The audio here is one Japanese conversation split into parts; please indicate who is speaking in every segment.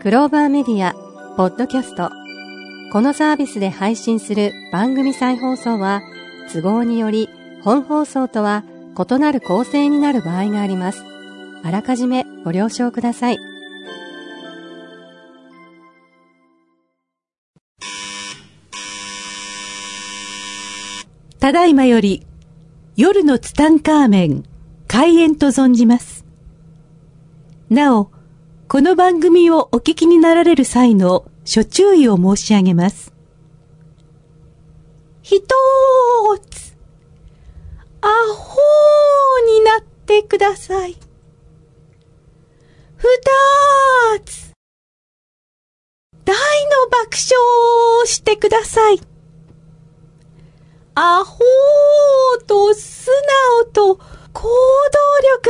Speaker 1: クローバーメディア、ポッドキャスト。このサービスで配信する番組再放送は、都合により本放送とは異なる構成になる場合があります。あらかじめご了承ください。
Speaker 2: ただいまより、夜のツタンカーメン、開演と存じます。なお、この番組をお聞きになられる際の諸注意を申し上げます。ひとーつ、アホーになってください。ふたーつ、大の爆笑をしてください。アホーと素直と行動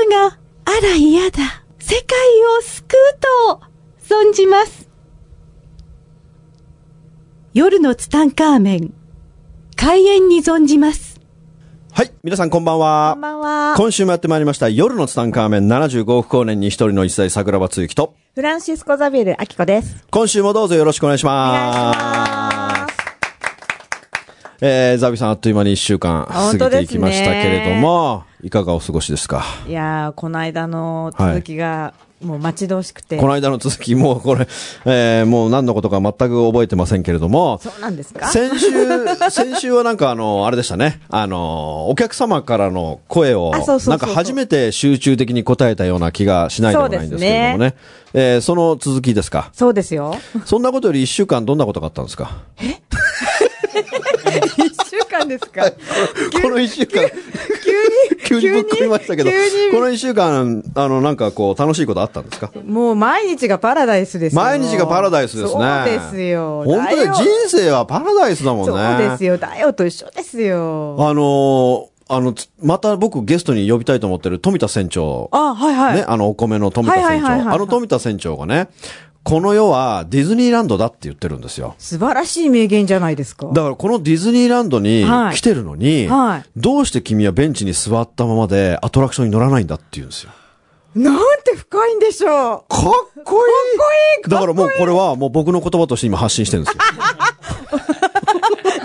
Speaker 2: 力があら嫌だ。世界を救うと存じます。夜のツタンカーメン、開演に存じます。
Speaker 3: はい。皆さんこんばんは。
Speaker 2: こんばんは。
Speaker 3: 今週もやってまいりました。夜のツタンカーメン75億光年に一人の一歳桜庭つゆきと。
Speaker 4: フランシスコ・ザビエル・アキコです。
Speaker 3: 今週もどうぞよろしくお願いします。おえー、ザビさん、あっという間に一週間過ぎていきましたけれども。いかがお過ごしですか。
Speaker 4: いやー、この間の続きが、もう待ち遠しくて、はい
Speaker 3: この間の続き、もうこれ、えー、もう何のことか全く覚えてませんけれども。
Speaker 4: そうなんですか
Speaker 3: 先週、 先週はなんかあの、あれでしたね。あの、お客様からの声を、なんか初めて集中的に答えたような気がしないでもないんですけれどもね。ねえー、その続きですか
Speaker 4: そうです よ。
Speaker 3: そんなことより一週間どんなことがあったんですか
Speaker 4: え一週間ですか
Speaker 3: この一 週間。 急に、急にぶっ込みましたけど、この一週間、あの、なんかこう、楽しいことあったんですか
Speaker 4: もう毎日がパラダイスです
Speaker 3: 毎日がパラダイスですね。
Speaker 4: そうですよ。
Speaker 3: 本当に人生はパラダイスだもんね。
Speaker 4: そうですよ。だよと一緒ですよ。
Speaker 3: あのーあの、また僕ゲストに呼びたいと思ってる富田船長。
Speaker 4: あ、はいはい。
Speaker 3: ね、あの、お米の富田船長。あの富田船長がね、この世はディズニーランドだって言ってるんですよ。
Speaker 4: 素晴らしい名言じゃないですか。
Speaker 3: だからこのディズニーランドに来てるのに、はいはい、どうして君はベンチに座ったままでアトラクションに乗らないんだって言うんですよ。
Speaker 4: なんて深いんでしょ
Speaker 3: う。かっ
Speaker 4: い。
Speaker 3: こい
Speaker 4: かっこいい。
Speaker 3: だからもうこれはもう僕の言葉として今発信してるんですよ。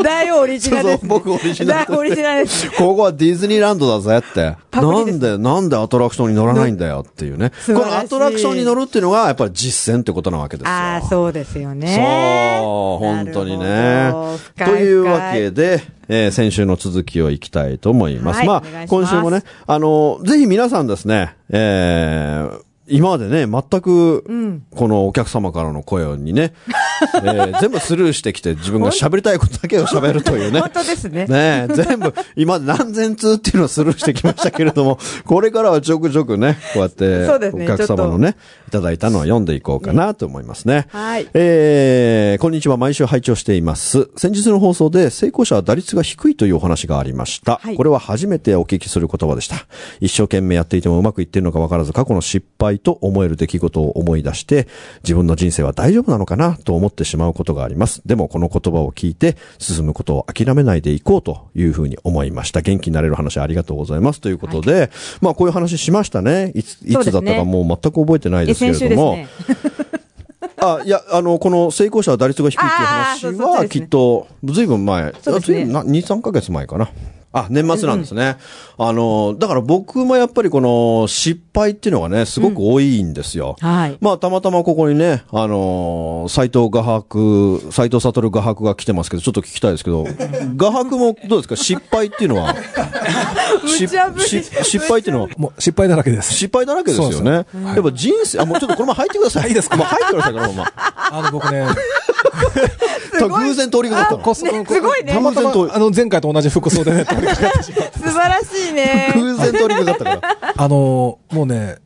Speaker 4: 大オ リジナル、ね、
Speaker 3: そうそう、僕オリジナ
Speaker 4: ル。大オリジナルです。
Speaker 3: ここはディズニーランドだぜって。なんで、なんでアトラクションに乗らないんだよっていうね。このアトラクションに乗るっていうのが、やっぱり実践ってことなわけですよ。
Speaker 4: ああ、そうですよね。
Speaker 3: そう、本当にね。深い深いというわけで、えー、先週の続きをいきたいと思います。はい、まあ、今週もね、あの、ぜひ皆さんですね、えー、今までね、全く、このお客様からの声にね、 うん、えー、全部スルーしてきて自分が喋りたいことだけを喋るというね。
Speaker 4: 本当ですね。
Speaker 3: ね全部、今何千通っていうのをスルーしてきましたけれども、 これからはちょくちょくね、こうやって、お客様のね、ねいただいたのは読んでいこうかなと思いますね。
Speaker 4: はい。
Speaker 3: えー、こんにちは、毎週拝聴しています。先日の放送で成功者は打率が低いというお話がありました。はい、これは初めてお聞きする言葉でした。一生懸命やっていてもうまくいってるのかわからず、過去の失敗と思える出来事を思い出して、自分の人生は大丈夫なのかなと思ってしまうことがあります。でもこの言葉を聞いて、進むことを諦めないでいこうというふうに思いました。元気になれる話ありがとうございます。ということで、はい、まあこういう話しましたね。いつ、いつだったかもう全く覚えてないですけれども。ね、あ、いや、あの、この成功者は打率が低いっていう話は、きっと、ずいぶん前、ずいぶん2、3ヶ月前かな。あ、年末なんですね。うん、あの、だから僕もやっぱりこの失敗っていうのがね、すごく多いんですよ。
Speaker 4: うん、はい。
Speaker 3: まあ、たまたまここにね、あの斎藤画伯、斎藤悟画伯が来てますけど、ちょっと聞きたいですけど、画伯もどうですか失敗っていうの は失敗っていうのは
Speaker 5: もう失敗だらけです。
Speaker 3: 失敗だらけですよね。うん、やっぱ人生、あ、もうちょっとこのまま入ってください。
Speaker 5: いいですか
Speaker 3: もう入ってくださいから、もう。
Speaker 5: あの、僕ね、
Speaker 3: 偶然通りがかった
Speaker 4: の。すごいね。
Speaker 5: たまたま、あの、前回と同じ服装でね、通り
Speaker 4: かかってしまった。素晴らしいね。
Speaker 3: 偶然通りかかったから。
Speaker 5: あの、もうね、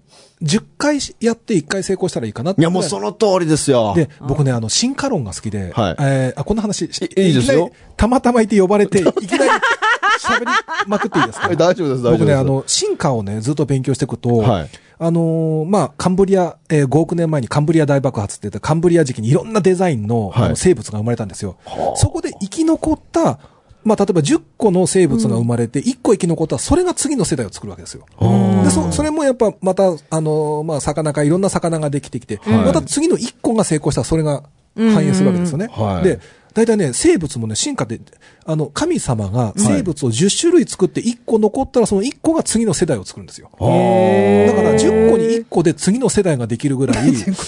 Speaker 5: 10回やって1回成功したらいいかなって
Speaker 3: い。いや、もうその通りですよ。
Speaker 5: で、僕ね、あの、進化論が好きで、
Speaker 3: はい、
Speaker 5: えー、あ、こんな話、い
Speaker 3: いですよ。
Speaker 5: たまたまいて呼ばれて、いきなり、喋りまくっていいですか、
Speaker 3: ね、大丈夫です、大丈夫です。
Speaker 5: 僕ね、あの、進化をね、ずっと勉強していくと、はい、あのー、まあ、カンブリア、えー、5億年前にカンブリア大爆発って言ったカンブリア時期にいろんなデザインの,はい、あの生物が生まれたんですよ。そこで生き残ったまあ、例えば10個の生物が生まれて、1個生き残ったら、それが次の世代を作るわけですよ。で、そ、それもやっぱ、また、あの、まあ、魚か、いろんな魚ができてきて、
Speaker 3: はい
Speaker 5: また次の1個が成功したら、それが反映するわけですよね。
Speaker 3: うんうんはい
Speaker 5: で、大体ね、生物もね、進化で、あの、神様が生物を10種類作って1個残ったら、その1個が次の世代を作るんですよ。
Speaker 3: へ
Speaker 5: だから10個に1個で次の世代ができるぐらい、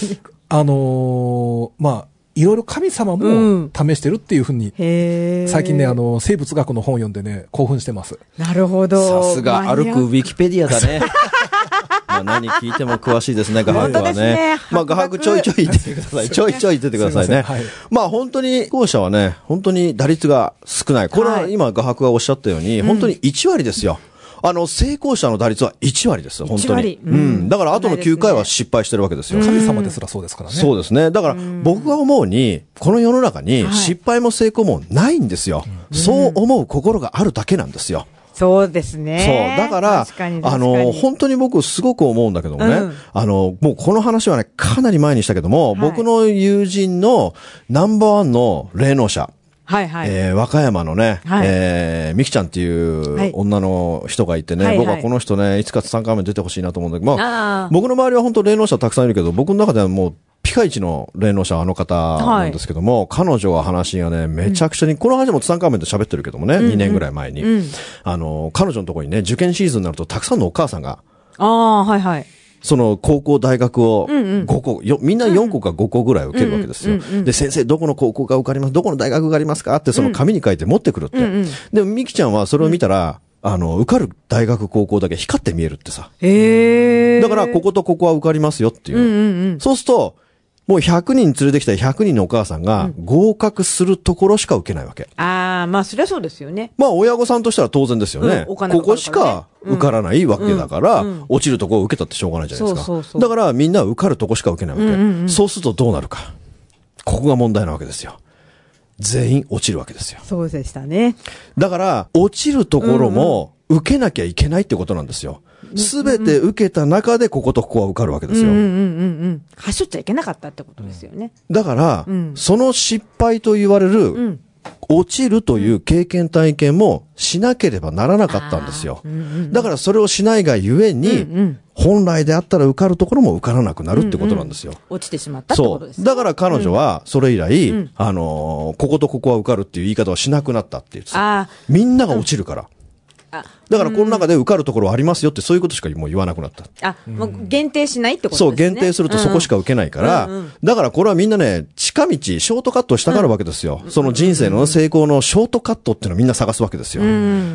Speaker 5: あのーまあ、いろいろ神様も試してるっていうふうに、
Speaker 4: へえ。
Speaker 5: 最近ね、あ、の、生物学の本読んでね、興奮してます。
Speaker 4: なるほど。
Speaker 3: さすが歩くウ
Speaker 4: マニ
Speaker 3: ィキペディアだね。 まあ何聞いても詳しいですね、画伯
Speaker 4: 本当
Speaker 3: は
Speaker 4: ですね
Speaker 3: ね。まあ画伯ちょいちょい言ってください。ちょいちょい言っててくださいね。
Speaker 5: すいませんはい
Speaker 3: まあ本当に、後者はね、本当に打率が少ない。これは今画伯がおっしゃったように、本当に1割ですよ。あの、成功者の打率は1割です、本当
Speaker 4: 1
Speaker 3: に。
Speaker 4: 割
Speaker 3: うん。だから、後の9回は失敗してるわけですよ。
Speaker 5: 神様ですらそうですからね。
Speaker 3: そうですね。だから、僕が思うに、この世の中に
Speaker 4: はい
Speaker 3: 失敗も成功もないんですよ。そう思う心があるだけなんですよ。
Speaker 4: ア。そうです
Speaker 3: そ
Speaker 4: ね。
Speaker 3: う。だから
Speaker 4: 確かに、
Speaker 3: あ
Speaker 4: 確かに
Speaker 3: の、本当に僕すごく思うんだけどもね、
Speaker 4: うん
Speaker 3: あの、もうこの話はね、かなり前にしたけども、
Speaker 4: い
Speaker 3: 僕の友人のナンバーワンの霊能者、
Speaker 4: はいはい。
Speaker 3: えー和歌山のね、
Speaker 4: はい
Speaker 3: えー、みきちゃんってい
Speaker 4: はいう
Speaker 3: 女の人がいてね、
Speaker 4: はいはい
Speaker 3: 僕はこの人ね、いつか3回目出てほしいなと思うんだけど、ま
Speaker 4: あ
Speaker 3: あ
Speaker 4: ー、
Speaker 3: 僕の周りは本当霊能者たくさんいるけど、僕の中ではもう、ピカイチの霊能者はあの方なんですけども、彼女は話がね、めちゃくちゃに、この話もツタンカーメンと喋ってるけどもね、2年ぐらい前に、あの、彼女のところにね、受験シーズンになるとたくさんのお母さんが、
Speaker 4: ああ、はいはい。
Speaker 3: その高校、大学を5個、よみんな4個か5個ぐらい受けるわけですよ。で、先生、どこの高校が受かりますどこの大学がありますかってその紙に書いて持ってくるって。で、みきちゃんはそれを見たら、あの、受かる大学、高校だけ光って見えるってさ。
Speaker 4: へえ。
Speaker 3: だから、こことここは受かりますよっていう。そうすると、もう100人連れてきた100人のお母さんが合格するところしか受けないわけ。
Speaker 4: ああ、まあ、そりゃそうですよね。
Speaker 3: まあ、親御さんとしたら当然ですよね。
Speaker 4: うんお金か
Speaker 3: こ
Speaker 4: か
Speaker 3: こ
Speaker 4: る
Speaker 3: し
Speaker 4: からね
Speaker 3: か受からないわけだから、落ちるとこを受けたってしょうがないじゃないですか。
Speaker 4: そうそうそう
Speaker 3: だから、みんな受かるとこしか受けないわけ、そうするとどうなるか。ここが問題なわけですよ。全員落ちるわけですよ。
Speaker 4: そうでしたね。
Speaker 3: だから、落ちるところも、受けなきゃいけないってことなんですよ。すべて受けた中で、こことここは受かるわけですよ。
Speaker 4: うんうんうん。はしょっちゃいけなかったってことですよね。
Speaker 3: だから、その失敗と言われる、落ちるという経験体験もしなければならなかったんですよ。だからそれをしないがゆえに、本来であったら受かるところも受からなくなるってことなんですよ。
Speaker 4: 落ちてしまったってこ
Speaker 3: そ
Speaker 4: とです
Speaker 3: う。。だから彼女は、それ以来、あのーこことここは受かるっていう言い方をしなくなったっていう。
Speaker 4: あ
Speaker 3: みんなが落ちるから。
Speaker 4: あ、
Speaker 3: だからこの中で受かるところはありますよって、そういうことしかもう言わなくなった。
Speaker 4: あ、もう限定しないってことですね。
Speaker 3: そう、限定するとそこし
Speaker 4: か。
Speaker 3: か受けないから、だからこれはみんなね、近道、ショートカットをしたがるわけですよ。その人生の成功のショートカットっていうのをみんな探すわけですよ。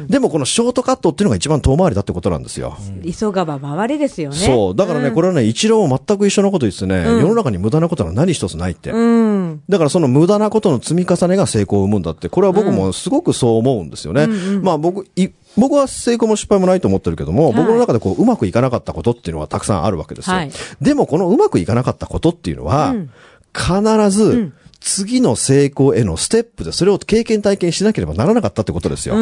Speaker 3: でもこのショートカットっていうのが一番遠回りだってことなんですよ。
Speaker 4: 急がば回れですよね。
Speaker 3: そう。だからね、これはね、一郎も全く一緒のこと言ってね、世の中に無駄なことは何一つないって。だからその無駄なことの積み重ねが成功を生むんだって、これは僕もすごくそう思うんですよね。まあ僕、い僕は成功も失敗もないと思ってるけども、
Speaker 4: い
Speaker 3: 僕の中でこう、うまくいかなかったことっていうのはたくさんあるわけですよ。
Speaker 4: はい
Speaker 3: でもこのうまくいかなかったことっていうのは、必ず、次の成功へのステップでそれを経験体験しなければならなかったってことですよ。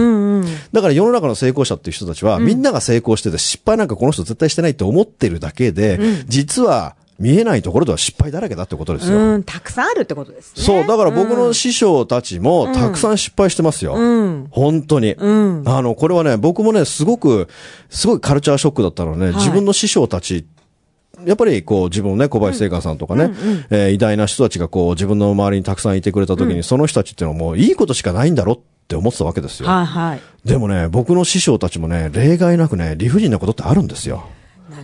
Speaker 3: だから世の中の成功者っていう人たちは、みんなが成功してて失敗なんかこの人絶対してないって思ってるだけで、実は見えないところでは失敗だらけだってことですよ。
Speaker 4: うん、たくさんあるってことですね。
Speaker 3: そう、だから僕の師匠たちもたくさん失敗してますよ。本当に、あの、これはね、僕もね、すごく、すごいカルチャーショックだったのはね、自分の師匠たち、やっぱりこう自分のね、小林聖寛さんとかね、えー偉大な人たちがこう自分の周りにたくさんいてくれた時に、その人たちっていうのはもういいことしかないんだろって思ってたわけですよ。
Speaker 4: はいはい。
Speaker 3: でもね、僕の師匠たちもね、例外なくね、理不尽なことってあるんですよ。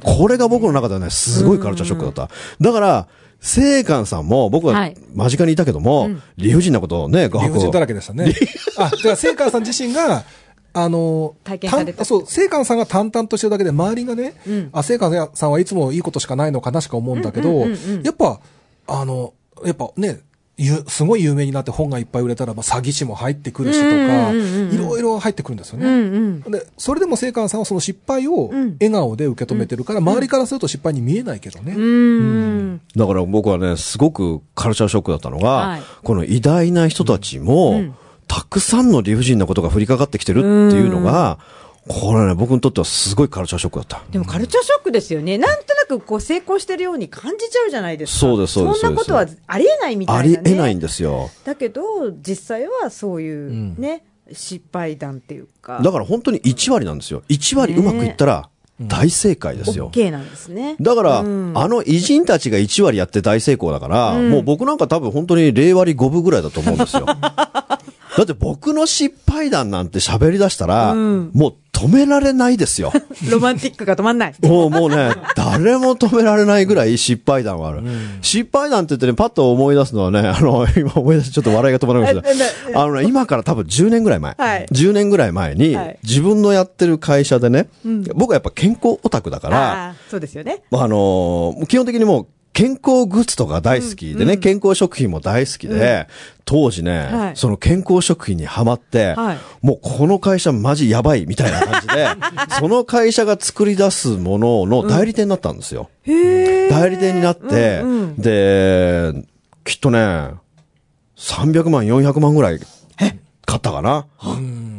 Speaker 3: これが僕の中ではね、すごいカルチャーショックだった。だから、聖寛さんも、僕
Speaker 4: は
Speaker 3: はい間近にいたけども、理不尽なことをね、画
Speaker 5: 理不尽だら
Speaker 3: 伯
Speaker 5: けでしたね。あ、だから、聖寛さん自身が、あの、
Speaker 4: 体験された
Speaker 5: んそう、聖寛さんが淡々としてるだけで、周りがね、あ、聖寛さんはいつもいいことしかないのかなしか思うんだけど、やっぱ、あの、やっぱね、ゆすごい有名になって本がいっぱい売れたら、まあ、詐欺師も入ってくるしとか、いろいろ入ってくるんですよね。で、それでも聖寛さんはその失敗を笑顔で受け止めてるから、周りからすると失敗に見えないけどね。
Speaker 3: だから僕はね、すごくカルチャーショックだったのが、
Speaker 4: はい
Speaker 3: この偉大な人たちも、たくさんの理不尽なことが降りかかってきてるっていうのが、これね、僕にとってはすごいカルチャーショックだった。
Speaker 4: でもカルチャーショックですよね。なんとなくこう成功してるように感じちゃうじゃないですか。
Speaker 3: そうですそうです
Speaker 4: そんなことはありえないみた
Speaker 3: あ
Speaker 4: い
Speaker 3: り
Speaker 4: な、ね。
Speaker 3: えないんですよ。
Speaker 4: だけど、実際はそういうね、失敗談っていうか。
Speaker 3: だから本当に1割なんですよ。1割うまくいったら大正解ですよ。
Speaker 4: OK なんですね。
Speaker 3: だから、
Speaker 4: うん
Speaker 3: あの偉人たちが1割やって大成功だから、もう僕なんか多分本当に0割5分ぐらいだと思うんで すよ。だって僕の失敗談なんて喋り出したら、もう止められないで すよ。
Speaker 4: ロマンティックが止まん ない。
Speaker 3: もうもうね、誰も止められないぐらい失敗談はある。失敗談って言ってね、パッと思い出すのはね、あの、今思い出してちょっと笑いが止まらないましたけど、あのね、今から多分10年ぐらい前、
Speaker 4: はい
Speaker 3: 10年ぐらい前に、
Speaker 4: はい
Speaker 3: 自分のやってる会社でね、僕はやっぱ健康オタクだから、
Speaker 4: あーそうですよね。
Speaker 3: あのーもう基本的にもう、健康グッズとか大好きでね、健康食品も大好きで、当時ね、
Speaker 4: はい
Speaker 3: その健康食品にハマって、
Speaker 4: はい
Speaker 3: もうこの会社マジやばいみたいな感じ で、その会社が作り出すものの代理店になったんですよ。
Speaker 4: へえ。
Speaker 3: 代理店になって、
Speaker 4: うんうん
Speaker 3: で、きっとね、300万、400万ぐらい買ったかな。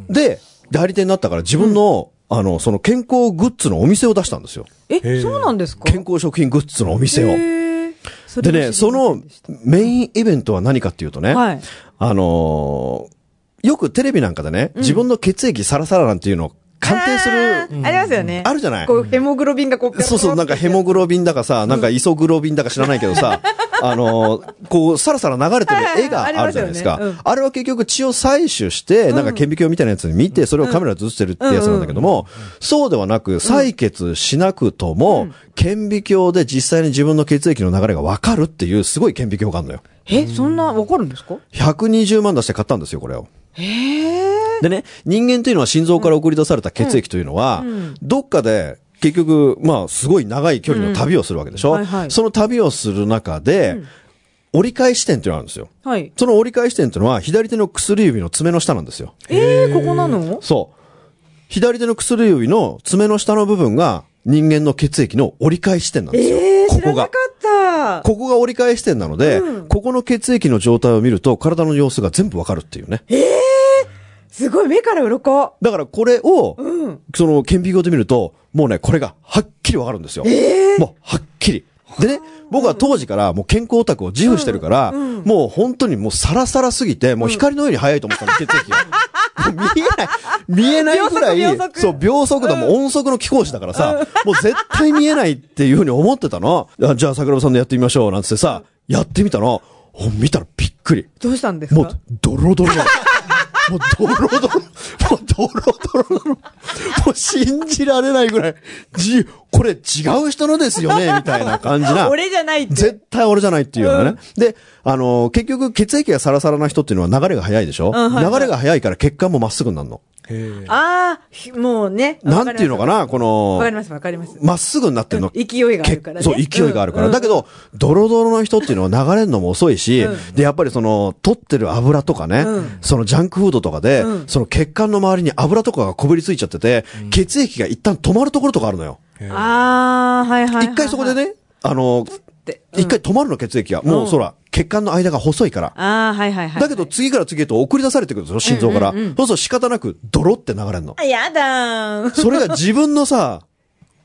Speaker 3: で、代理店になったから自分の、あの、その健康グッズのお店を出したんですよ。
Speaker 4: え、そうなんですか
Speaker 3: 健康食品グッズのお店を。
Speaker 4: へーそれ
Speaker 3: で
Speaker 4: は
Speaker 3: ね、
Speaker 4: 知り
Speaker 3: そ
Speaker 4: ませ
Speaker 3: の
Speaker 4: んでした
Speaker 3: メインイベントは何かっていうとね、
Speaker 4: はい
Speaker 3: あのーよくテレビなんかでね、自分の血液サラサラなんていうのを鑑定す
Speaker 4: あ
Speaker 3: る、
Speaker 4: ーありますよね。
Speaker 3: あるじゃない
Speaker 4: こう、ヘモグロビンがこう、
Speaker 3: そうそう、なんかヘモグロビンだかさ、なんかイソグロビンだか知らないけど さ、あのーこう、サラサラ流れてる絵があるじゃないです
Speaker 4: はいはいはいありますよね
Speaker 3: か。あれは結局血を採取して、なんか顕微鏡みたいなやつに見て、それをカメラで映してるってやつなんだけども、そうではなく、採血しなくとも、顕微鏡で実際に自分の血液の流れがわかるっていう、すごい顕微鏡があるのよ。
Speaker 4: え、そんな、わかるんですか
Speaker 3: 120万出して買ったんですよ、これを。
Speaker 4: へえ。
Speaker 3: でね、人間というのは心臓から送り出された血液というのは、どっかで、結局、まあ、すごい長い距離の旅をするわけでしょ、
Speaker 4: うんはいはい
Speaker 3: その旅をする中で、折り返し点っていうのがあるんですよ。
Speaker 4: はい。
Speaker 3: その折り返し点っていうのは、左手の薬指の爪の下なんですよ。
Speaker 4: えー、ここなの
Speaker 3: そう。左手の薬指の爪の下の部分が、人間の血液の折り返し点なんですよ。
Speaker 4: えー、
Speaker 3: こ
Speaker 4: 知ら
Speaker 3: こ
Speaker 4: な
Speaker 3: が
Speaker 4: か。った。
Speaker 3: ここが折り返し点なので、ここの血液の状態を見ると、体の様子が全部わかるっていうね。
Speaker 4: すごい、目から鱗。
Speaker 3: だからこれを、
Speaker 4: うん。
Speaker 3: その顕微鏡で見ると、もうね、これがはっきりわかるんですよ。もうはっきり。でね、僕は当時からもう健康オタクを自負してるから、もう本当にもうサラサラすぎて、もう光のように速いと思ったの、血液 が。もう見えない、見えないぐらい、
Speaker 4: 秒速秒速
Speaker 3: そう、秒速だ、もう音速の貴公子だからさ、もう絶対見えないっていうふうに思ってたの。あじゃあ桜庭さんのやってみましょう、なんつってさ、やってみたの。お見たらびっくり。
Speaker 4: どうしたんです
Speaker 3: も
Speaker 4: か
Speaker 3: う、ドロドロ なの。もう、ドロドロ、もう、ドロドロなの。もう、信じられないぐらい、じ、これ違う人のですよね、みたいな感じな。
Speaker 4: 俺じゃないって。
Speaker 3: 絶対俺じゃないっていうのね。で、あのー結局、血液がサラサラな人っていうのは流れが速いでしょ、
Speaker 4: うんはいはい
Speaker 3: 流れが速いから血管もまっすぐになるの。
Speaker 5: へえ。
Speaker 4: ああ、ひもうね。
Speaker 3: なんていうのかな、この
Speaker 4: わ、かります、わかります。わかります
Speaker 3: まっすぐになってるの。
Speaker 4: 勢いがあるからね。
Speaker 3: そう、勢いがあるから。
Speaker 4: うん
Speaker 3: だけ、ど、ドロドロの人っていうのは流れるのも遅いし、で、やっぱりその、取ってる油とかね、
Speaker 4: うん
Speaker 3: そのジャンクフードとかで、
Speaker 4: うん
Speaker 3: その血管の周りに油とかがこびりついちゃってて、血液が一旦止まるところとかあるのよ。
Speaker 5: へえ
Speaker 4: ああ、はいはいはいはい。
Speaker 3: 一回そこで
Speaker 4: っ
Speaker 3: ね、あの、
Speaker 4: て。うん
Speaker 3: 一回止まるの血液が。もう、そら、血管の間が細いから。
Speaker 4: ああ、はいはいはい。
Speaker 3: だけど、次から次へと送り出されてくるんですよ、心臓から。そうすると仕方なく、ドロって流れるの。
Speaker 4: あ、やだーん。
Speaker 3: それが自分のさ、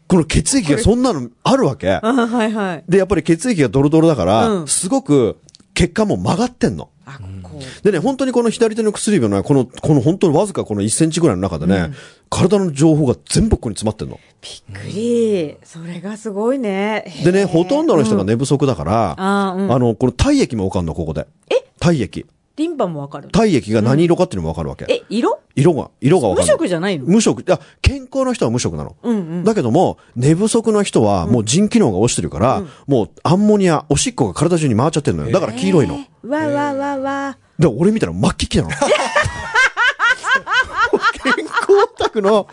Speaker 3: この血液がそんなのある わ け。
Speaker 4: あーはいはい。
Speaker 3: で、やっぱり血液がドロドロだから、
Speaker 4: うん
Speaker 3: すごく血管も曲がってんの。
Speaker 4: あ、こう。
Speaker 3: でね、本当にこの左手の薬指のね、この、この本当にわずかこの1センチぐらいの中でね、体の情報が全部ここに詰まってんの。
Speaker 4: びっくり。それがすごいね。へー
Speaker 3: でね、ほとんどの人が寝不足だから、
Speaker 4: あーうん
Speaker 3: あの、この体液もわかんの、ここで。え体液。
Speaker 4: リンパもわかるの
Speaker 3: 体液が何色かっていうのもわかるわけ。
Speaker 4: え、色
Speaker 3: 色が、色がわか
Speaker 4: 無
Speaker 3: るの。
Speaker 4: 色じゃないの
Speaker 3: 無色。いや、健康の人は無色なの。
Speaker 4: うんうん
Speaker 3: だけども、寝不足の人はもう腎機能が落ちてるから、もうアンモニア、おしっこが体中に回っちゃってるのよ。だから黄色いの。
Speaker 4: えーわわわわ。
Speaker 3: で、俺見たら真っ黄黄なの。健康オタクの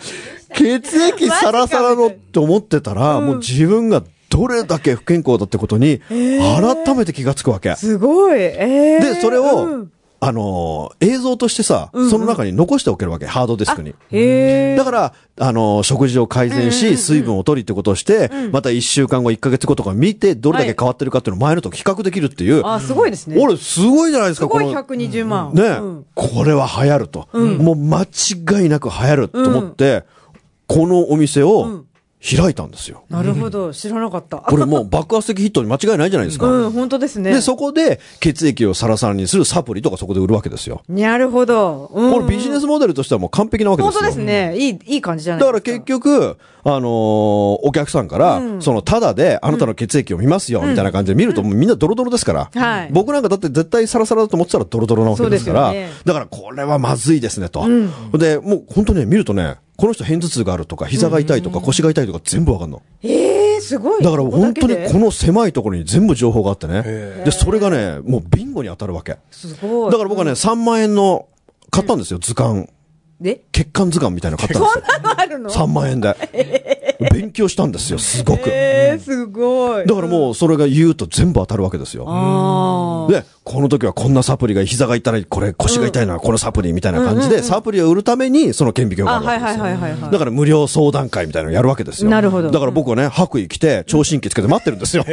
Speaker 3: 血液サラサラのって思ってたら、もう自分がどれだけ不健康だってことに、改めて気がつくわけ。
Speaker 4: すごい。えー、
Speaker 3: で、それ
Speaker 4: う
Speaker 3: を
Speaker 4: ん、
Speaker 3: あのー、映像としてさ、
Speaker 4: んうん
Speaker 3: その中に残しておけるわけ、ハードディスクに。
Speaker 4: へえ。
Speaker 3: だから、あのー、食事を改善し、水分を取りってことをして、また1週間後、1ヶ月後とか見て、どれだけ変わってるかっていうのを前のと比較できるっていう、
Speaker 4: あ、すごいですね。
Speaker 3: 俺、すごいじゃないです
Speaker 4: す
Speaker 3: か、
Speaker 4: ごい
Speaker 3: この
Speaker 4: 120万。
Speaker 3: ね、
Speaker 4: うん
Speaker 3: これは流行ると、もう間違いなく流行ると思って、このお店を開いたんです よ。
Speaker 4: なるほど、知らなかった。
Speaker 3: これもう爆発的ヒットに間違いないじゃないですか。
Speaker 4: うん、本当ですね。
Speaker 3: で、そこで血液をサラサラにするサプリとかそこで売るわけですよ。
Speaker 4: なるほど。うん
Speaker 3: これビジネスモデルとしてはもう完璧なわけです
Speaker 4: 本
Speaker 3: よ。
Speaker 4: 当ですね。いい、いい感じじゃない
Speaker 3: だ
Speaker 4: で
Speaker 3: か
Speaker 4: す
Speaker 3: ら結局、あのーお客さんから、その、ただで、あなたの血液を見ますよ、みたいな感じで見ると、もうみんなドロドロですから、
Speaker 4: はい
Speaker 3: 僕なんかだって絶対サラサラだと思ってたらドロドロなわけですから、
Speaker 4: そうですよね
Speaker 3: だからこれはまずいですね、と。で、もう本当ね、見るとね、この人片頭痛があるとか、膝が痛いとか、腰が痛いとか全部わかんの。
Speaker 4: ええすごい。
Speaker 3: だから本当に
Speaker 4: ここだけ
Speaker 3: こ
Speaker 4: で
Speaker 3: の狭いところに全部情報があってね。
Speaker 5: へ
Speaker 3: で、それがね、もうビンゴに当たるわけ。
Speaker 4: すごい。
Speaker 3: だから僕はね、3万円の、買ったんですよ、図鑑。
Speaker 4: で、
Speaker 3: 血管図鑑みたいなの買ったんですよ。
Speaker 4: あるの
Speaker 3: 3万円で。 勉強したんですよ、すごく。
Speaker 4: ええすごい。
Speaker 3: だからもうそれが言うと全部当たるわけですよ。
Speaker 4: ああ。
Speaker 3: で、この時はこんなサプリが、膝が痛い、これ腰が痛いのはこのサプリみたいな感じで、サプリを売るためにその顕微鏡があ
Speaker 4: あ、
Speaker 3: る
Speaker 4: は
Speaker 3: わ
Speaker 4: い
Speaker 3: けで
Speaker 4: はい
Speaker 3: すよ
Speaker 4: はいはいはい。
Speaker 3: だから無料相談会みたいなのやるわけですよ。
Speaker 4: なるほど
Speaker 3: だから僕はね、白衣着て、聴診器つけて待ってるんですよ。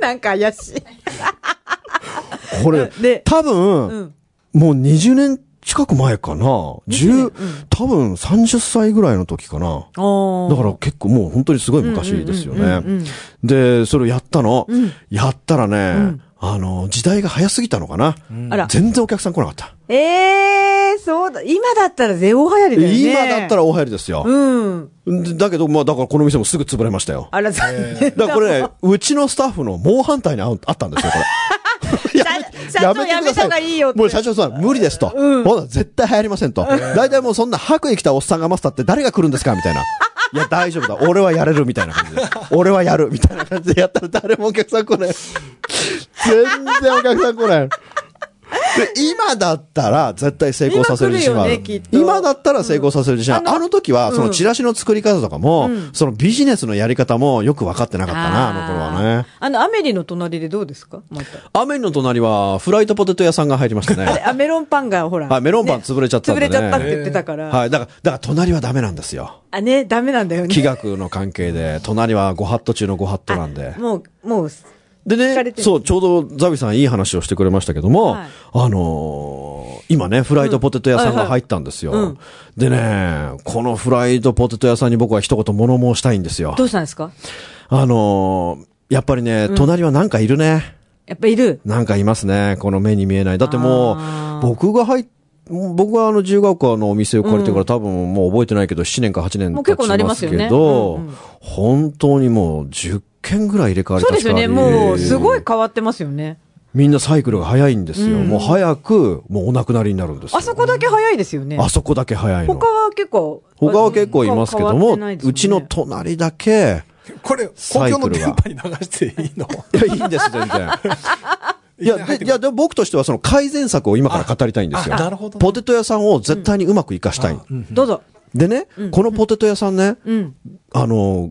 Speaker 4: なんか怪しい。
Speaker 3: これ
Speaker 4: で、
Speaker 3: 多分、もう20年近く前かな。十、多分30歳ぐらいの時かな。
Speaker 4: お
Speaker 3: だから結構もう本当にすごい昔ですよね。で、それをやったの。やったらね、あの、時代が早すぎたのかな。
Speaker 4: あら
Speaker 3: 全然お客さん来なかった。
Speaker 4: ええそうだ。今だったらゼオ流行りだよね。
Speaker 3: 今だったら
Speaker 4: ら。
Speaker 3: お入りですよ。
Speaker 4: うん。
Speaker 3: でだけど、まあだからこの店もすぐ潰れましたよ。
Speaker 4: あら、残念。
Speaker 3: だからこれ、うちのスタッフの猛反対にあうあったんですよ、これ。
Speaker 4: 社長やめた方がいいよって
Speaker 3: もう社長さん、無理ですと。ほら絶対流行りませんと。大体もうそんな白衣着たおっさんがマスターって誰が来るんですかみたいな。いや、大丈夫だ。俺はやれるみたいな感じで。俺はやるみたいな感じでやったら誰もお客さん来ない。全然お客さん来ない。で今だったら絶対成功させる自信はある。
Speaker 4: 今来るよねきっと
Speaker 3: 今だったら成功させる自信はある。あの時は、そのチラシの作り方とかも、そのビジネスのやり方もよく分かってなかったな、あの頃はね。
Speaker 4: あーあの、アメリの隣でどうですかまた。
Speaker 3: 雨の隣は、フライドポテト屋さんが入りましたね。
Speaker 4: あ、メロンパンがほら。
Speaker 3: はいメロンパン潰れちゃったん
Speaker 4: ね
Speaker 3: で
Speaker 4: 潰
Speaker 3: ね
Speaker 4: れちゃったって言ってたから。
Speaker 3: はい。だから、だから隣はダメなんですよ。
Speaker 4: あ、ね、ダメなんだよ
Speaker 3: 気
Speaker 4: ね。
Speaker 3: 学の関係で、隣はご法度中のご法度なんで。
Speaker 4: もう、もう、
Speaker 3: で
Speaker 4: 疲れ
Speaker 3: ね、
Speaker 4: てる
Speaker 3: そう、ちょうどザビさんいい話をしてくれましたけども、
Speaker 4: はい
Speaker 3: あのー今ね、フライドポテト屋さんが入ったんですよ。でね、このフライドポテト屋さんに僕は一言物申したいんですよ
Speaker 4: ど。うしたんですか
Speaker 3: あのーやっぱりね、隣はなんかいるね。
Speaker 4: やっぱいる。
Speaker 3: なんかいますね。この目に見えない。だっても
Speaker 4: あ
Speaker 3: う、
Speaker 4: ー
Speaker 3: 僕が入っ僕はあの自由が丘のお店を借りてから多分もう覚えてないけど7年か8年
Speaker 4: もう
Speaker 3: 経
Speaker 4: 結構
Speaker 3: ち
Speaker 4: なり
Speaker 3: ま
Speaker 4: ますすよ
Speaker 3: け
Speaker 4: ね
Speaker 3: ど
Speaker 4: うんうん、
Speaker 3: 本当にもう10件ぐらい入れ替わり
Speaker 4: そうですよね。もう、すご
Speaker 3: い。
Speaker 4: い変わってますよね。
Speaker 3: みんなサイクルが早いんですよ。もう早く、もうお亡くなりになるんですよ。
Speaker 4: あそこだけ早いですよね。
Speaker 3: あそこだけ早いの
Speaker 4: 他。は結構。
Speaker 3: 他は結構いますけど
Speaker 4: 変わ
Speaker 3: も、
Speaker 4: ってないですよ
Speaker 3: う
Speaker 4: ね
Speaker 3: ちの隣だけ、
Speaker 5: これ、公共の電波に流していいの
Speaker 3: いや、いいんです、全然。 いや、でいや、でも僕としてはその改善策を今から語りたいんですよ。
Speaker 5: ああなるほどね
Speaker 3: ポテト屋さんを絶対にうまく活かしたい。
Speaker 4: どうぞ。
Speaker 3: でね、このポテト屋さんね、
Speaker 4: うん。
Speaker 3: あの、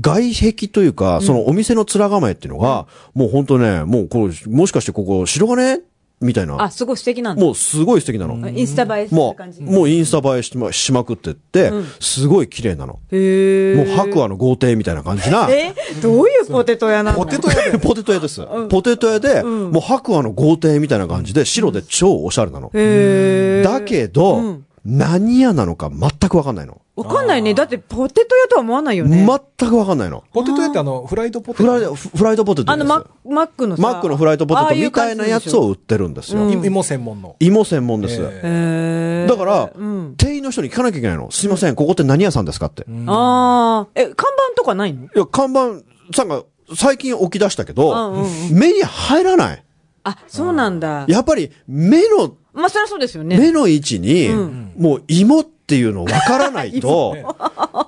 Speaker 3: 外壁というか、そのお店の面構えっていうのが、もう本当ね、もうこれ、もしかしてここ、白金みたい
Speaker 4: あ、
Speaker 3: な。
Speaker 4: すごい素敵なんだ。
Speaker 3: もうすごい素敵なの。
Speaker 4: インスタ映えする
Speaker 3: も
Speaker 4: 感じ。
Speaker 3: う、もうインスタ映えしましまくってって、すごい綺麗なの。
Speaker 4: へえ。
Speaker 3: もう白亜の豪邸みたいな感 じな。
Speaker 4: え、どういうポテト屋なの
Speaker 5: ポテト屋 で
Speaker 3: ポテト屋です。ポテト屋で、もう白亜の豪邸みたいな感じで、白で超おしゃれなの。
Speaker 4: へえ。
Speaker 3: だけど、
Speaker 4: うん
Speaker 3: 何屋なのか全くわかんないの。
Speaker 4: わかんないね。だってポテト屋とは思わないよね。
Speaker 3: 全くわかんないの。
Speaker 5: ポテト屋ってあの、フライドポテ
Speaker 3: フライ
Speaker 5: ト。
Speaker 3: ド、フフライドポテト
Speaker 4: あ
Speaker 3: で
Speaker 4: の
Speaker 3: す。
Speaker 4: マ、マックのさ
Speaker 3: マックのフライドポテトみたいなやつ。を売ってるんですよ。
Speaker 5: い芋専門の。
Speaker 3: 芋専門です。
Speaker 5: え
Speaker 4: ああいう感じなんでしょへえ。
Speaker 3: だから、
Speaker 4: うん。
Speaker 3: 店員の人に聞かなきゃいけないの。すいません、ここって何屋さんですかって。い
Speaker 4: ああ。え、看板とかないの
Speaker 3: や、看板さんが最近置き出したけど、
Speaker 4: うんうん
Speaker 3: 目に入らない。
Speaker 4: あ、そうなんだ。
Speaker 3: やっぱり目の、
Speaker 4: まあ、そりゃそうですよね。
Speaker 3: 目の位置に、もう芋っていうの分からな いと、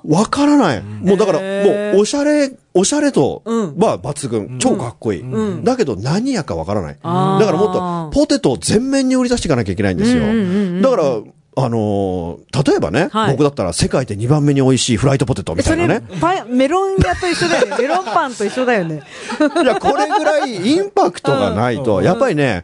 Speaker 3: 分からない。もうだから、
Speaker 4: へー
Speaker 3: もうおしゃれ、おしゃれと
Speaker 4: うん
Speaker 3: は抜群。超かっこいい。
Speaker 4: うん
Speaker 3: だけど何やか分からない。だ
Speaker 4: あー
Speaker 3: からもっとポテトを全面に売り出していかなきゃいけないんですよ。だから、あのー例えばね、
Speaker 4: はい
Speaker 3: 僕だったら世界で2番目に美味しいフライドポテト
Speaker 4: え
Speaker 3: みた
Speaker 4: そ
Speaker 3: いな
Speaker 4: れ
Speaker 3: ね。、
Speaker 4: パン、メロン屋と一緒だ よね。メロンパンと一緒だよね。
Speaker 3: いや、これぐらいインパクトがないと、やっぱりね、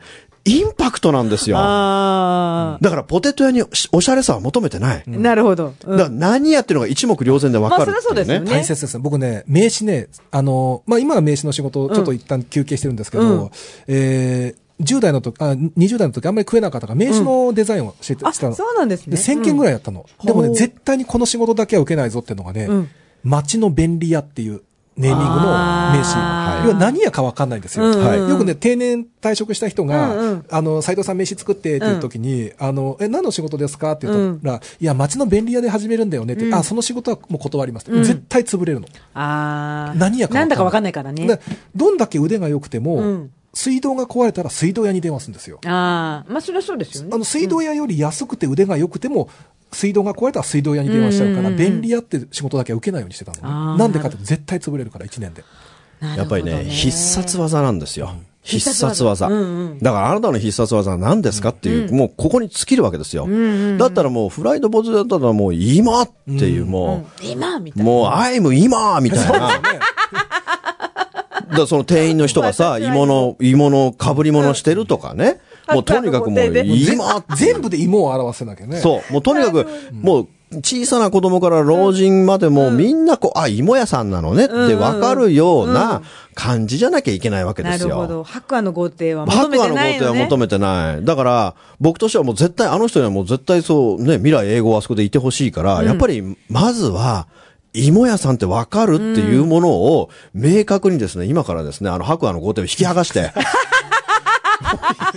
Speaker 3: インパクトなんですよ。
Speaker 4: ああ。
Speaker 3: だからポテト屋におしゃれさは求めてない。
Speaker 4: なるほど。うん
Speaker 3: だから何やってるのが一目瞭然で分かるってい
Speaker 4: まあそりゃそうですよね
Speaker 5: 大切ですね。僕ね、名刺ね、あの、まあ、今は名刺の仕事、ちょっと一旦休憩してるんですけど、
Speaker 4: うん
Speaker 5: えー、10代の時、あ、20代の時あんまり食えなかったから、名刺のデザインをして,、
Speaker 4: あ、
Speaker 5: したの。
Speaker 4: そうなんです
Speaker 5: で、
Speaker 4: ね。
Speaker 5: 1000件ぐ
Speaker 4: らい。
Speaker 5: らいやったの。でも
Speaker 4: ほ
Speaker 5: ね、
Speaker 4: う
Speaker 5: 絶対にこの仕事だけは受けないぞっていうのがね、
Speaker 4: うん
Speaker 5: 街の便利屋っていうネーミングの名詞。
Speaker 4: あー
Speaker 5: 要は何屋かわかんないんですよ。
Speaker 4: うんうんうん
Speaker 5: よくね、定年退職した人が、
Speaker 4: うんうん
Speaker 5: あの、斎藤さん名刺作ってっていう時に、あの、え、何の仕事ですかって言ったら、いや、街の便利屋で始めるんだよねって、あ、その仕事はもう断りますって、
Speaker 4: うん
Speaker 5: 絶対潰れるの。
Speaker 4: あー
Speaker 5: 何やかわかんない
Speaker 4: なんだかわかんないからね
Speaker 5: で。どんだけ腕が良くても、
Speaker 4: うん
Speaker 5: 水道が壊れたら水道屋に電話するんですよ。
Speaker 4: ああ、まあそれはそうですよね。
Speaker 5: あの水道屋より安くて腕が良くても、水道が壊れたら水道屋に電話しちゃうから、
Speaker 4: うんうんうん
Speaker 5: 便利屋って仕事だけは受けないようにしてたの
Speaker 4: あ
Speaker 5: ね。
Speaker 4: ー
Speaker 5: なんでかって絶対潰れるから、1年で。
Speaker 4: なる
Speaker 3: や
Speaker 4: ほ
Speaker 3: っ
Speaker 4: ど
Speaker 3: ぱりね、必殺技なんですよ。必殺
Speaker 4: 殺
Speaker 3: 技。
Speaker 4: 技うんうん
Speaker 3: だからあなたの必殺技は何ですかっていう、もうここに尽きるわけですよ。だったらもうフライドボズだったらもう今っていう、も
Speaker 4: 今み
Speaker 3: う、
Speaker 4: たいな。
Speaker 3: もうアイム今みたいな。だからその店員の人がさ、
Speaker 4: 私は
Speaker 3: 芋の、芋の被り物してるとかね。
Speaker 4: うん
Speaker 3: もうとにかくも
Speaker 4: あったのご丁
Speaker 3: う
Speaker 4: 寧
Speaker 3: 今って
Speaker 5: 全部で芋を表せなきゃね。
Speaker 3: そう。もうとにかく、もう、小さな子供から老人までも、みんなこう、あ、芋屋さんなのねってわかるような感じじゃなきゃいけないわけで
Speaker 4: な
Speaker 3: す
Speaker 4: る
Speaker 3: よ。
Speaker 4: ほど。白亜の豪邸は求
Speaker 3: 白
Speaker 4: め
Speaker 3: 馬
Speaker 4: て
Speaker 3: の
Speaker 4: な
Speaker 3: 豪
Speaker 4: い
Speaker 3: 邸
Speaker 4: よ
Speaker 3: は
Speaker 4: ね。
Speaker 3: 求めてない。だから、僕としてはもう絶対、あの人にはもう絶対そう、ね、未来英語をあそこでいてほしいから、やっぱり、まずは、芋屋さんってわかるっていうものを、明確にですね、今からですね、あの、白亜の豪邸を引き剥 がして、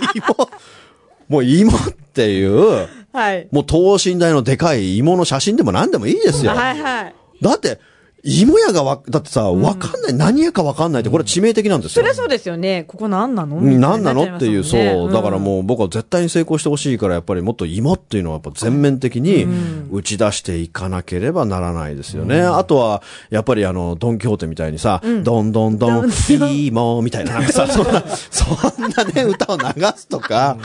Speaker 3: もう芋、もう芋っていう、
Speaker 4: はい。
Speaker 3: もう等身大のでかい芋の写真でも何でもいいですよ。
Speaker 4: はいはい。
Speaker 3: だって、芋屋がわ、だってさ、わかんない、何屋かわかんないって、これ致命的なんです
Speaker 4: そ
Speaker 3: よ。
Speaker 4: れはそうですよね。ここ何なのみたいに
Speaker 3: 何な
Speaker 4: っちゃ
Speaker 3: のって
Speaker 4: い
Speaker 3: い
Speaker 4: ま
Speaker 3: う、
Speaker 4: すもんね
Speaker 3: そう。だからもう僕は絶対に成功してほしいから、やっぱりもっと芋っていうのはやっぱ全面的に打ち出していかなければならないですよね。あとは、やっぱりあの、ドンキホーテみたいにさ、どんどんどん、芋みたいな、なん かさ、そんな、そんなね、歌を流すとか、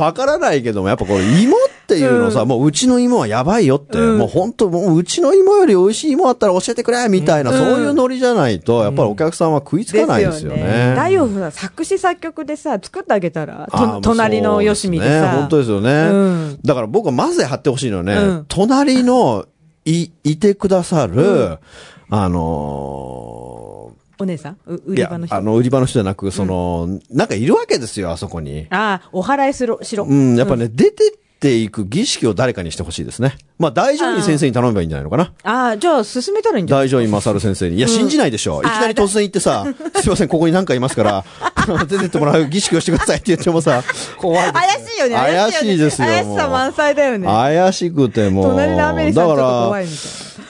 Speaker 3: わからないけども、やっぱこれ芋っていうのさ、もううちの芋はやばいよって、もう本当もううちの芋より美味しい芋あったら教えてくれみたいな、そういうノリじゃないと、やっぱりお客さんは食いつかないですよね。
Speaker 4: ダイオフは作詞作曲でさ、作ってあげたら、
Speaker 3: あーも
Speaker 4: と
Speaker 3: う
Speaker 4: 隣のよしみで
Speaker 3: そうすね
Speaker 4: さ。
Speaker 3: 本当ですよね。
Speaker 4: うん
Speaker 3: だから僕はまず貼ってほしいのはね、
Speaker 4: うん
Speaker 3: 隣のい、いてくださる、あの
Speaker 4: お姉さんう
Speaker 3: ー
Speaker 4: 売り場の人。
Speaker 3: いや、あの、売り場の人じゃなく、その、なんかいるわけですよ、あそこに。
Speaker 4: ああ、お祓いする、しろ。
Speaker 3: うん、やっぱね、出てっていく儀式を誰かにしてほしいですね。まあ、大乗院先生に頼めばいいんじゃないのかな。
Speaker 4: ああ、じゃあ進めたらいいんじゃない
Speaker 3: 大乗院勝先生に。いや、信じないでしょ。いきなり突然行っ てさ、すいません、ここに何かいますから、 出てってもらう儀式をしてくださいって言っても さ、怖いです
Speaker 4: 怪しいよね。
Speaker 3: 怪しいですよ
Speaker 4: 怪しさ満載だよね。
Speaker 3: 怪しくてもう。
Speaker 4: 隣のアメリカ
Speaker 3: だ
Speaker 4: ちょっ
Speaker 3: か
Speaker 4: と怖い
Speaker 3: ら
Speaker 4: み、た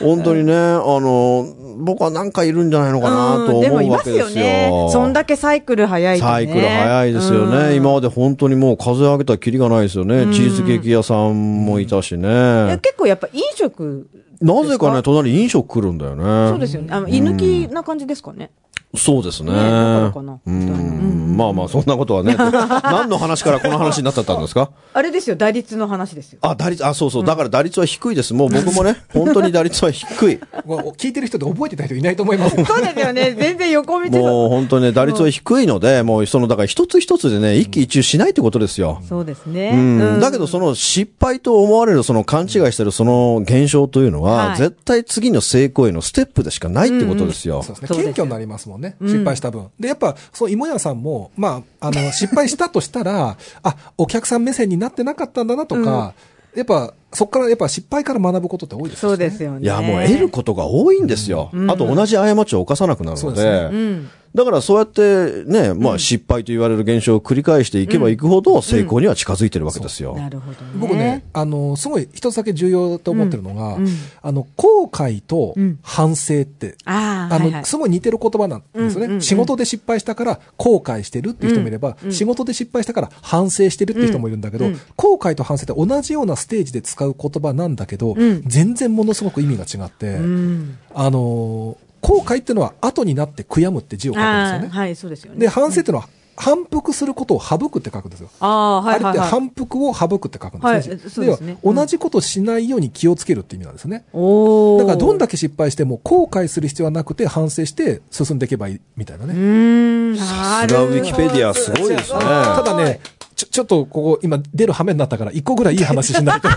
Speaker 3: 本当にね、あの、僕はなんかいるんじゃないのか
Speaker 4: いな。
Speaker 3: なと
Speaker 4: うんでも
Speaker 3: 思
Speaker 4: いう
Speaker 3: わ
Speaker 4: ま
Speaker 3: け
Speaker 4: す
Speaker 3: で
Speaker 4: よ
Speaker 3: すよ。
Speaker 4: ね。そんだけサイクル早いとね。
Speaker 3: サイクル早いですよね、
Speaker 4: うん
Speaker 3: 今まで本当にもう数え上げたらキリがないですよね。チーズケーキ屋さんもいたしね。
Speaker 4: いや
Speaker 3: な
Speaker 4: 結構やっぱ飲食、
Speaker 3: ぜかね、隣に飲食来るんだよね。
Speaker 4: そうですよね。あの、居抜きな感じですかね。
Speaker 3: そうですね。
Speaker 4: ねだからかな
Speaker 3: う
Speaker 4: みたいなうん
Speaker 3: ん。まあまあ、そんなこと はね。何の話からこの話になっちゃったんですか
Speaker 4: あれですよ、打率の話ですよ。
Speaker 3: あ、打率、あ、そうそう。だから打率は低いです。もう僕もね、本当に打率は低い。
Speaker 5: これ聞いてる人で覚えてた人いないと思いますよ。
Speaker 4: そうですよね。全然横道
Speaker 3: もう
Speaker 4: そ
Speaker 3: 本当にね、打率は低いので、もうその、だから一つ一つでね、一喜一憂しないってことですよ。
Speaker 4: そうですね。
Speaker 3: うん
Speaker 4: うん
Speaker 3: だけどその失敗と思われるその勘違いしてるその現象というのは、
Speaker 4: はい
Speaker 3: 絶対次の成功へのステップでしかないってことですよ。
Speaker 5: そうですね。
Speaker 4: そうです
Speaker 5: 謙
Speaker 4: よ
Speaker 5: 虚になりますもんね。失敗した分。で、やっぱ、その芋屋さんも、まあ、あの、失敗したとしたら、あ、お客さん目線になってなかったんだなとか、やっぱ、そこから、やっぱ失敗から学ぶことって多いです
Speaker 4: そ
Speaker 5: よ
Speaker 4: う
Speaker 5: ね。
Speaker 4: ですよね。
Speaker 3: いや、もう得ることが多いんですよ。あと同じ過ちを犯さなくなる
Speaker 5: そ
Speaker 3: の
Speaker 5: う
Speaker 3: で。
Speaker 5: です
Speaker 4: うん。
Speaker 3: だからそうやってね、まあ失敗と言われる現象を繰り返していけばいくほど成功には近づいてるわけですよ。
Speaker 4: なるほどね。
Speaker 5: 僕ね、あの、すごい一つだけ重要と思ってるのが、
Speaker 4: うんうん
Speaker 5: あの、後悔と
Speaker 4: うん
Speaker 5: 反省って、
Speaker 4: ああ、
Speaker 5: あの、
Speaker 4: はいはい
Speaker 5: すごい似てる言葉なんです
Speaker 4: う
Speaker 5: よね、
Speaker 4: んうんうん
Speaker 5: 仕事で失敗したから後悔してるっていう人もいれば、仕事で失敗したから反省してるっていう人もいるんだけど、
Speaker 4: うん
Speaker 5: 後悔と反省って同じようなステージで使う言葉なんだけど、
Speaker 4: うん
Speaker 5: 全然ものすごく意味が違って、
Speaker 4: うん。
Speaker 5: あのー、後悔ってのは後になって悔やむって字を書くんですよ
Speaker 4: ああ、
Speaker 5: ね。
Speaker 4: はい、そうですよね。
Speaker 5: で、反省ってのは反復することを省くって書くんですよ。
Speaker 4: ああ、はいはい
Speaker 5: あれって
Speaker 4: はい。
Speaker 5: 反復を省くって書くんですね。
Speaker 4: はいそうですね
Speaker 5: 要は同じことしないように気をつけるって意味なんですね。
Speaker 4: おお。
Speaker 5: だからどんだけ失敗しても後悔する必要はなくて反省して進んでいけばいいみたいなね。
Speaker 4: うーん。
Speaker 3: さすがウィキペディアすごいですね。
Speaker 5: ただね、ちょ、ちょっとここ今出る羽目になったから一個ぐらいいい話しないと。ね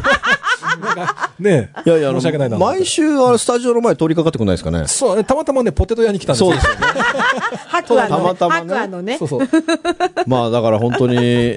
Speaker 5: え
Speaker 3: いやいや、あの
Speaker 5: 申し訳ないな。
Speaker 3: 毎週、あのスタジオの前通りかかってこないですかね。
Speaker 5: そう、たまたまね、ポテト屋に来たんです
Speaker 3: そう
Speaker 5: よ
Speaker 3: ですよね。
Speaker 4: 白亜のね。
Speaker 3: たまたまね
Speaker 4: 白亜のね
Speaker 5: そ。うそう。
Speaker 3: まあだから本当に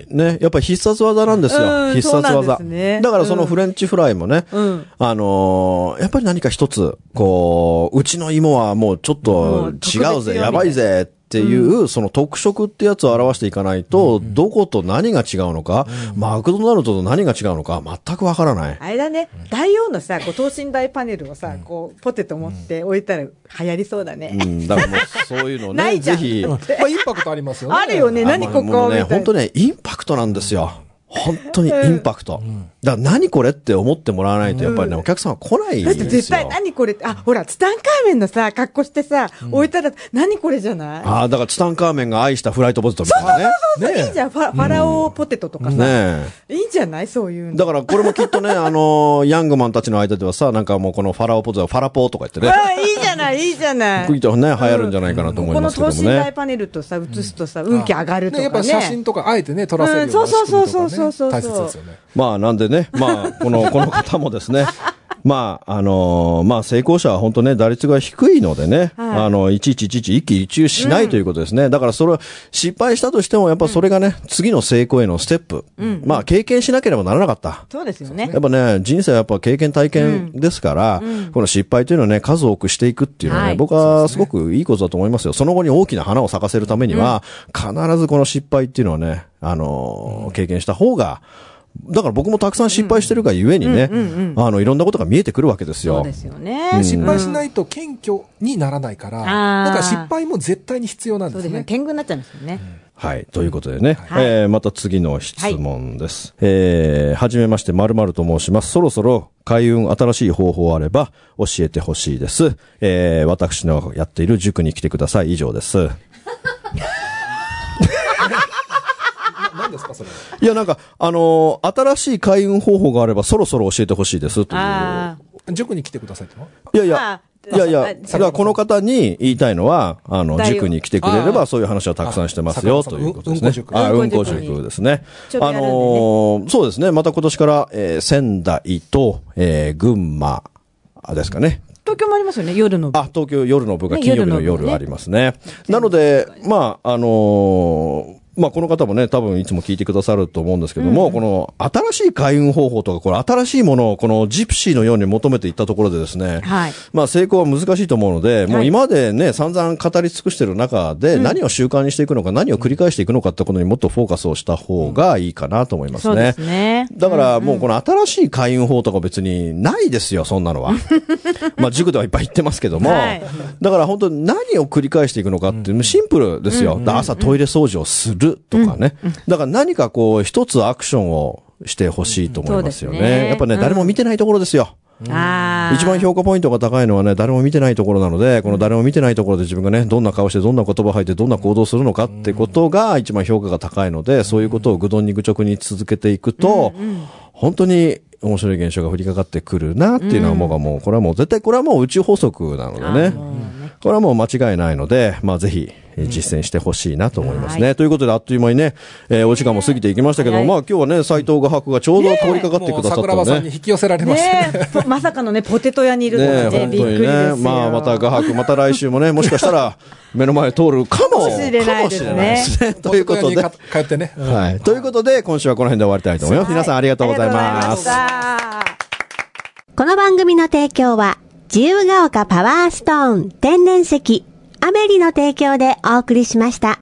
Speaker 3: ね、やっぱり必殺技なんです
Speaker 4: う
Speaker 3: よ。
Speaker 4: ん
Speaker 3: 必殺
Speaker 4: そうなん
Speaker 3: 技。
Speaker 4: ですね
Speaker 3: だからそのフレンチフライもね、
Speaker 4: うん
Speaker 3: あのーやっぱり何か一つ、こう、うちの芋はもうちょっ
Speaker 4: も
Speaker 3: と
Speaker 4: う特別
Speaker 3: 違うぜ、
Speaker 4: よ
Speaker 3: やばいぜっていう、その特色ってやつを表していかないと、どこと何が違うのか、マクドナルドと何が違うのか、全くわからない。
Speaker 4: あれだね、大王のさ、こう等身大パネルをさ、こう、ポテト持って置いたら流行りそうだね。
Speaker 3: うん、だからもうそういう の
Speaker 4: な
Speaker 3: ね、
Speaker 4: いじゃ
Speaker 3: ぜ
Speaker 4: ん
Speaker 3: ひ。
Speaker 5: まあ、インパクトありますよね。
Speaker 4: あるよね、何
Speaker 3: あ
Speaker 4: こ
Speaker 3: も
Speaker 4: こ
Speaker 3: う
Speaker 4: み
Speaker 3: ね、
Speaker 4: たい
Speaker 3: 本
Speaker 4: な
Speaker 3: 当。ね、インパクトなんですよ。本当にインパクト。だから何これって思ってもらわないと、やっぱりね、お客さんは来ないん
Speaker 4: だっ
Speaker 3: です
Speaker 4: て
Speaker 3: よ。
Speaker 4: 絶対、何これって、あ、ほら、ツタンカーメンのさ、格好してさ、置いたら、何これじゃな
Speaker 3: ああ、だからツタンカーメンが愛したフライトポテトみたいなね。
Speaker 5: ね
Speaker 4: いいいじゃん、ファファラオポテトとかさ。
Speaker 3: ね
Speaker 4: いいんじゃないそういう
Speaker 3: え。
Speaker 4: の。
Speaker 3: だからこれもきっとね、あのーヤングマンたちの間ではさ、なんかもうこのファラオポテトはファラポーとか言ってね、
Speaker 4: あいいじゃない、いいじゃない。
Speaker 3: 食いとね、流行るんじゃないかなと
Speaker 4: こ
Speaker 3: 思い
Speaker 4: こ
Speaker 3: ま
Speaker 4: の
Speaker 3: すけど
Speaker 4: 等
Speaker 3: も
Speaker 4: 身大
Speaker 3: ね。
Speaker 4: パネルとさ、映すとさ、運気上がるとかね。
Speaker 5: やっぱ写真とかあえてね、撮らせるような
Speaker 4: うんそうそうそうそう
Speaker 5: 仕組みとかね
Speaker 4: そう
Speaker 5: 大切ですよね。
Speaker 3: まあなんでね、まあこの、この方もですね、 まあ、あのーまあ、成功者は本当ね、打率が低いのでね、
Speaker 4: はい
Speaker 3: あの、いちいちいちいち一喜一憂しないということですね。だからそれは失敗したとしても、やっぱそれがね、次の成功へのステップ。まあ、経験しなければならなかった。
Speaker 4: そうですよね。
Speaker 3: やっぱね、人生はやっぱ経験体験ですから、この失敗というのはね、数多くしていくっていうのはね、
Speaker 4: はい
Speaker 3: 僕はすごくいいことだと思いますよ。その後に大きな花を咲かせるためには、必ずこの失敗っていうのはね、あのー経験した方が、だから僕もたくさん失敗してるがゆえにね、あの、いろんなことが見えてくるわけです
Speaker 4: そう
Speaker 3: よ
Speaker 4: で。すよね。
Speaker 5: 失敗しないと謙虚にならないから、
Speaker 4: あー
Speaker 5: だから失敗も絶対に必要なん
Speaker 4: そ
Speaker 5: で
Speaker 4: う
Speaker 5: す
Speaker 4: ですね。
Speaker 5: ね。
Speaker 4: 天狗になっちゃうんですよね。
Speaker 3: はい。ということでね、
Speaker 4: はい
Speaker 3: えーまた次の質問です。えーはじめまして、まるまると申します。そろそろ開運新しい方法あれば教えてほしいです。えー私のやっている塾に来てください。以 上です。
Speaker 5: 何ですか、それ。
Speaker 3: いや、なんか、あのー新しい開運方法があればそろそろ教えてほしいです。という。
Speaker 4: あ
Speaker 5: 塾に来てくださいっての
Speaker 3: いやい
Speaker 4: まあ
Speaker 3: や、いやい
Speaker 4: あ
Speaker 3: や、だからこの方に言いたいのは、あの、
Speaker 4: だよ
Speaker 3: 塾に来てくれればそういう話はたくさんしてますよ、
Speaker 5: あ
Speaker 3: ということですね。
Speaker 5: うんこ塾
Speaker 3: あ、
Speaker 4: う
Speaker 3: 運
Speaker 4: んこ
Speaker 3: 行
Speaker 4: 塾に
Speaker 3: 塾ですね。
Speaker 4: ちょっと
Speaker 3: あ
Speaker 4: やるんでね
Speaker 3: のーそうですね。また今年から、えー仙台と、えー群馬ですかね。
Speaker 4: あ。東京もありますよね、夜の部。
Speaker 3: あ、東京夜の部が
Speaker 4: ね
Speaker 3: 金曜日の
Speaker 4: 夜の部
Speaker 3: 夜
Speaker 4: ね
Speaker 3: ありますね。なので、まあ、あのーまあ、この方もね、多分いつも聞いてくださると思うんですけども、この新しい開運方法とか、これ新しいものをこのジプシーのように求めていったところでですね、
Speaker 4: はい
Speaker 3: まあ、成功は難しいと思うので、も
Speaker 4: は
Speaker 3: う
Speaker 4: い
Speaker 3: 今までね、散々語り尽くしてる中で、何を習慣にしていくのか、何を繰り返していくのかってことにもっとフォーカスをした方がいいかなと思います
Speaker 4: そうで
Speaker 3: ね
Speaker 4: す。ね。
Speaker 3: だからもうこの新しい開運法とか別にないですよ、そんな のは。まあ塾ではいっぱい言ってますけども。
Speaker 4: はい
Speaker 3: だから本当に何を繰り返していくのかっていう、シンプルですよ。だから朝トイレ掃除をするとかね。だから何かこう一つアクションをしてほしいと思いますよ
Speaker 4: そうです
Speaker 3: ね。
Speaker 4: ね
Speaker 3: やっぱね、
Speaker 4: うん
Speaker 3: 誰も見てないところですよ。
Speaker 4: ああ。
Speaker 3: 一番評価ポイントが高いのはね、誰も見てないところなので、この誰も見てないところで自分がね、どんな顔して、どんな言葉吐いて、どんな行動するのかってことが一番評価が高いので、そういうことを愚鈍に愚直に続けていくと、本当に面白い現象が降りかかってくるなっていうのはもうがもう、これはもう絶対これはもう宇宙法則なのでね。これはもう間違いないので、まあぜひえー実践してほしいなと思いますね。ということであっという間にね、えーお時間も過ぎていきましたけども、まあ今日はね、斎藤画伯がちょうど通りかかって
Speaker 5: も
Speaker 3: く
Speaker 5: う
Speaker 3: ださった
Speaker 5: 桜
Speaker 3: の
Speaker 5: 庭さ
Speaker 3: で
Speaker 5: んに引き寄せられましたね。
Speaker 4: ねえ ぽまさかのね、ポテト屋にいると
Speaker 3: ね
Speaker 4: か
Speaker 3: え、
Speaker 4: ね、
Speaker 3: 本
Speaker 4: びっ
Speaker 3: 当
Speaker 4: くり
Speaker 3: に
Speaker 4: です
Speaker 3: ね
Speaker 4: よ。。
Speaker 3: まあ、また画伯、また来週もね、もしかした ら、目の前通るか
Speaker 4: か
Speaker 3: も。
Speaker 4: もしれないですね
Speaker 3: かもしれないですねということで
Speaker 5: 東京。に通ってね。うん
Speaker 3: はい。ということで、今週はこの辺で終わりたいと思います。皆さんありがとうござい
Speaker 4: ありがとう
Speaker 3: ま
Speaker 4: ご
Speaker 3: す。
Speaker 4: ざいました。
Speaker 6: この番組の提供は、自由が丘パワーストーン天然石、アメリの提供でお送りしました。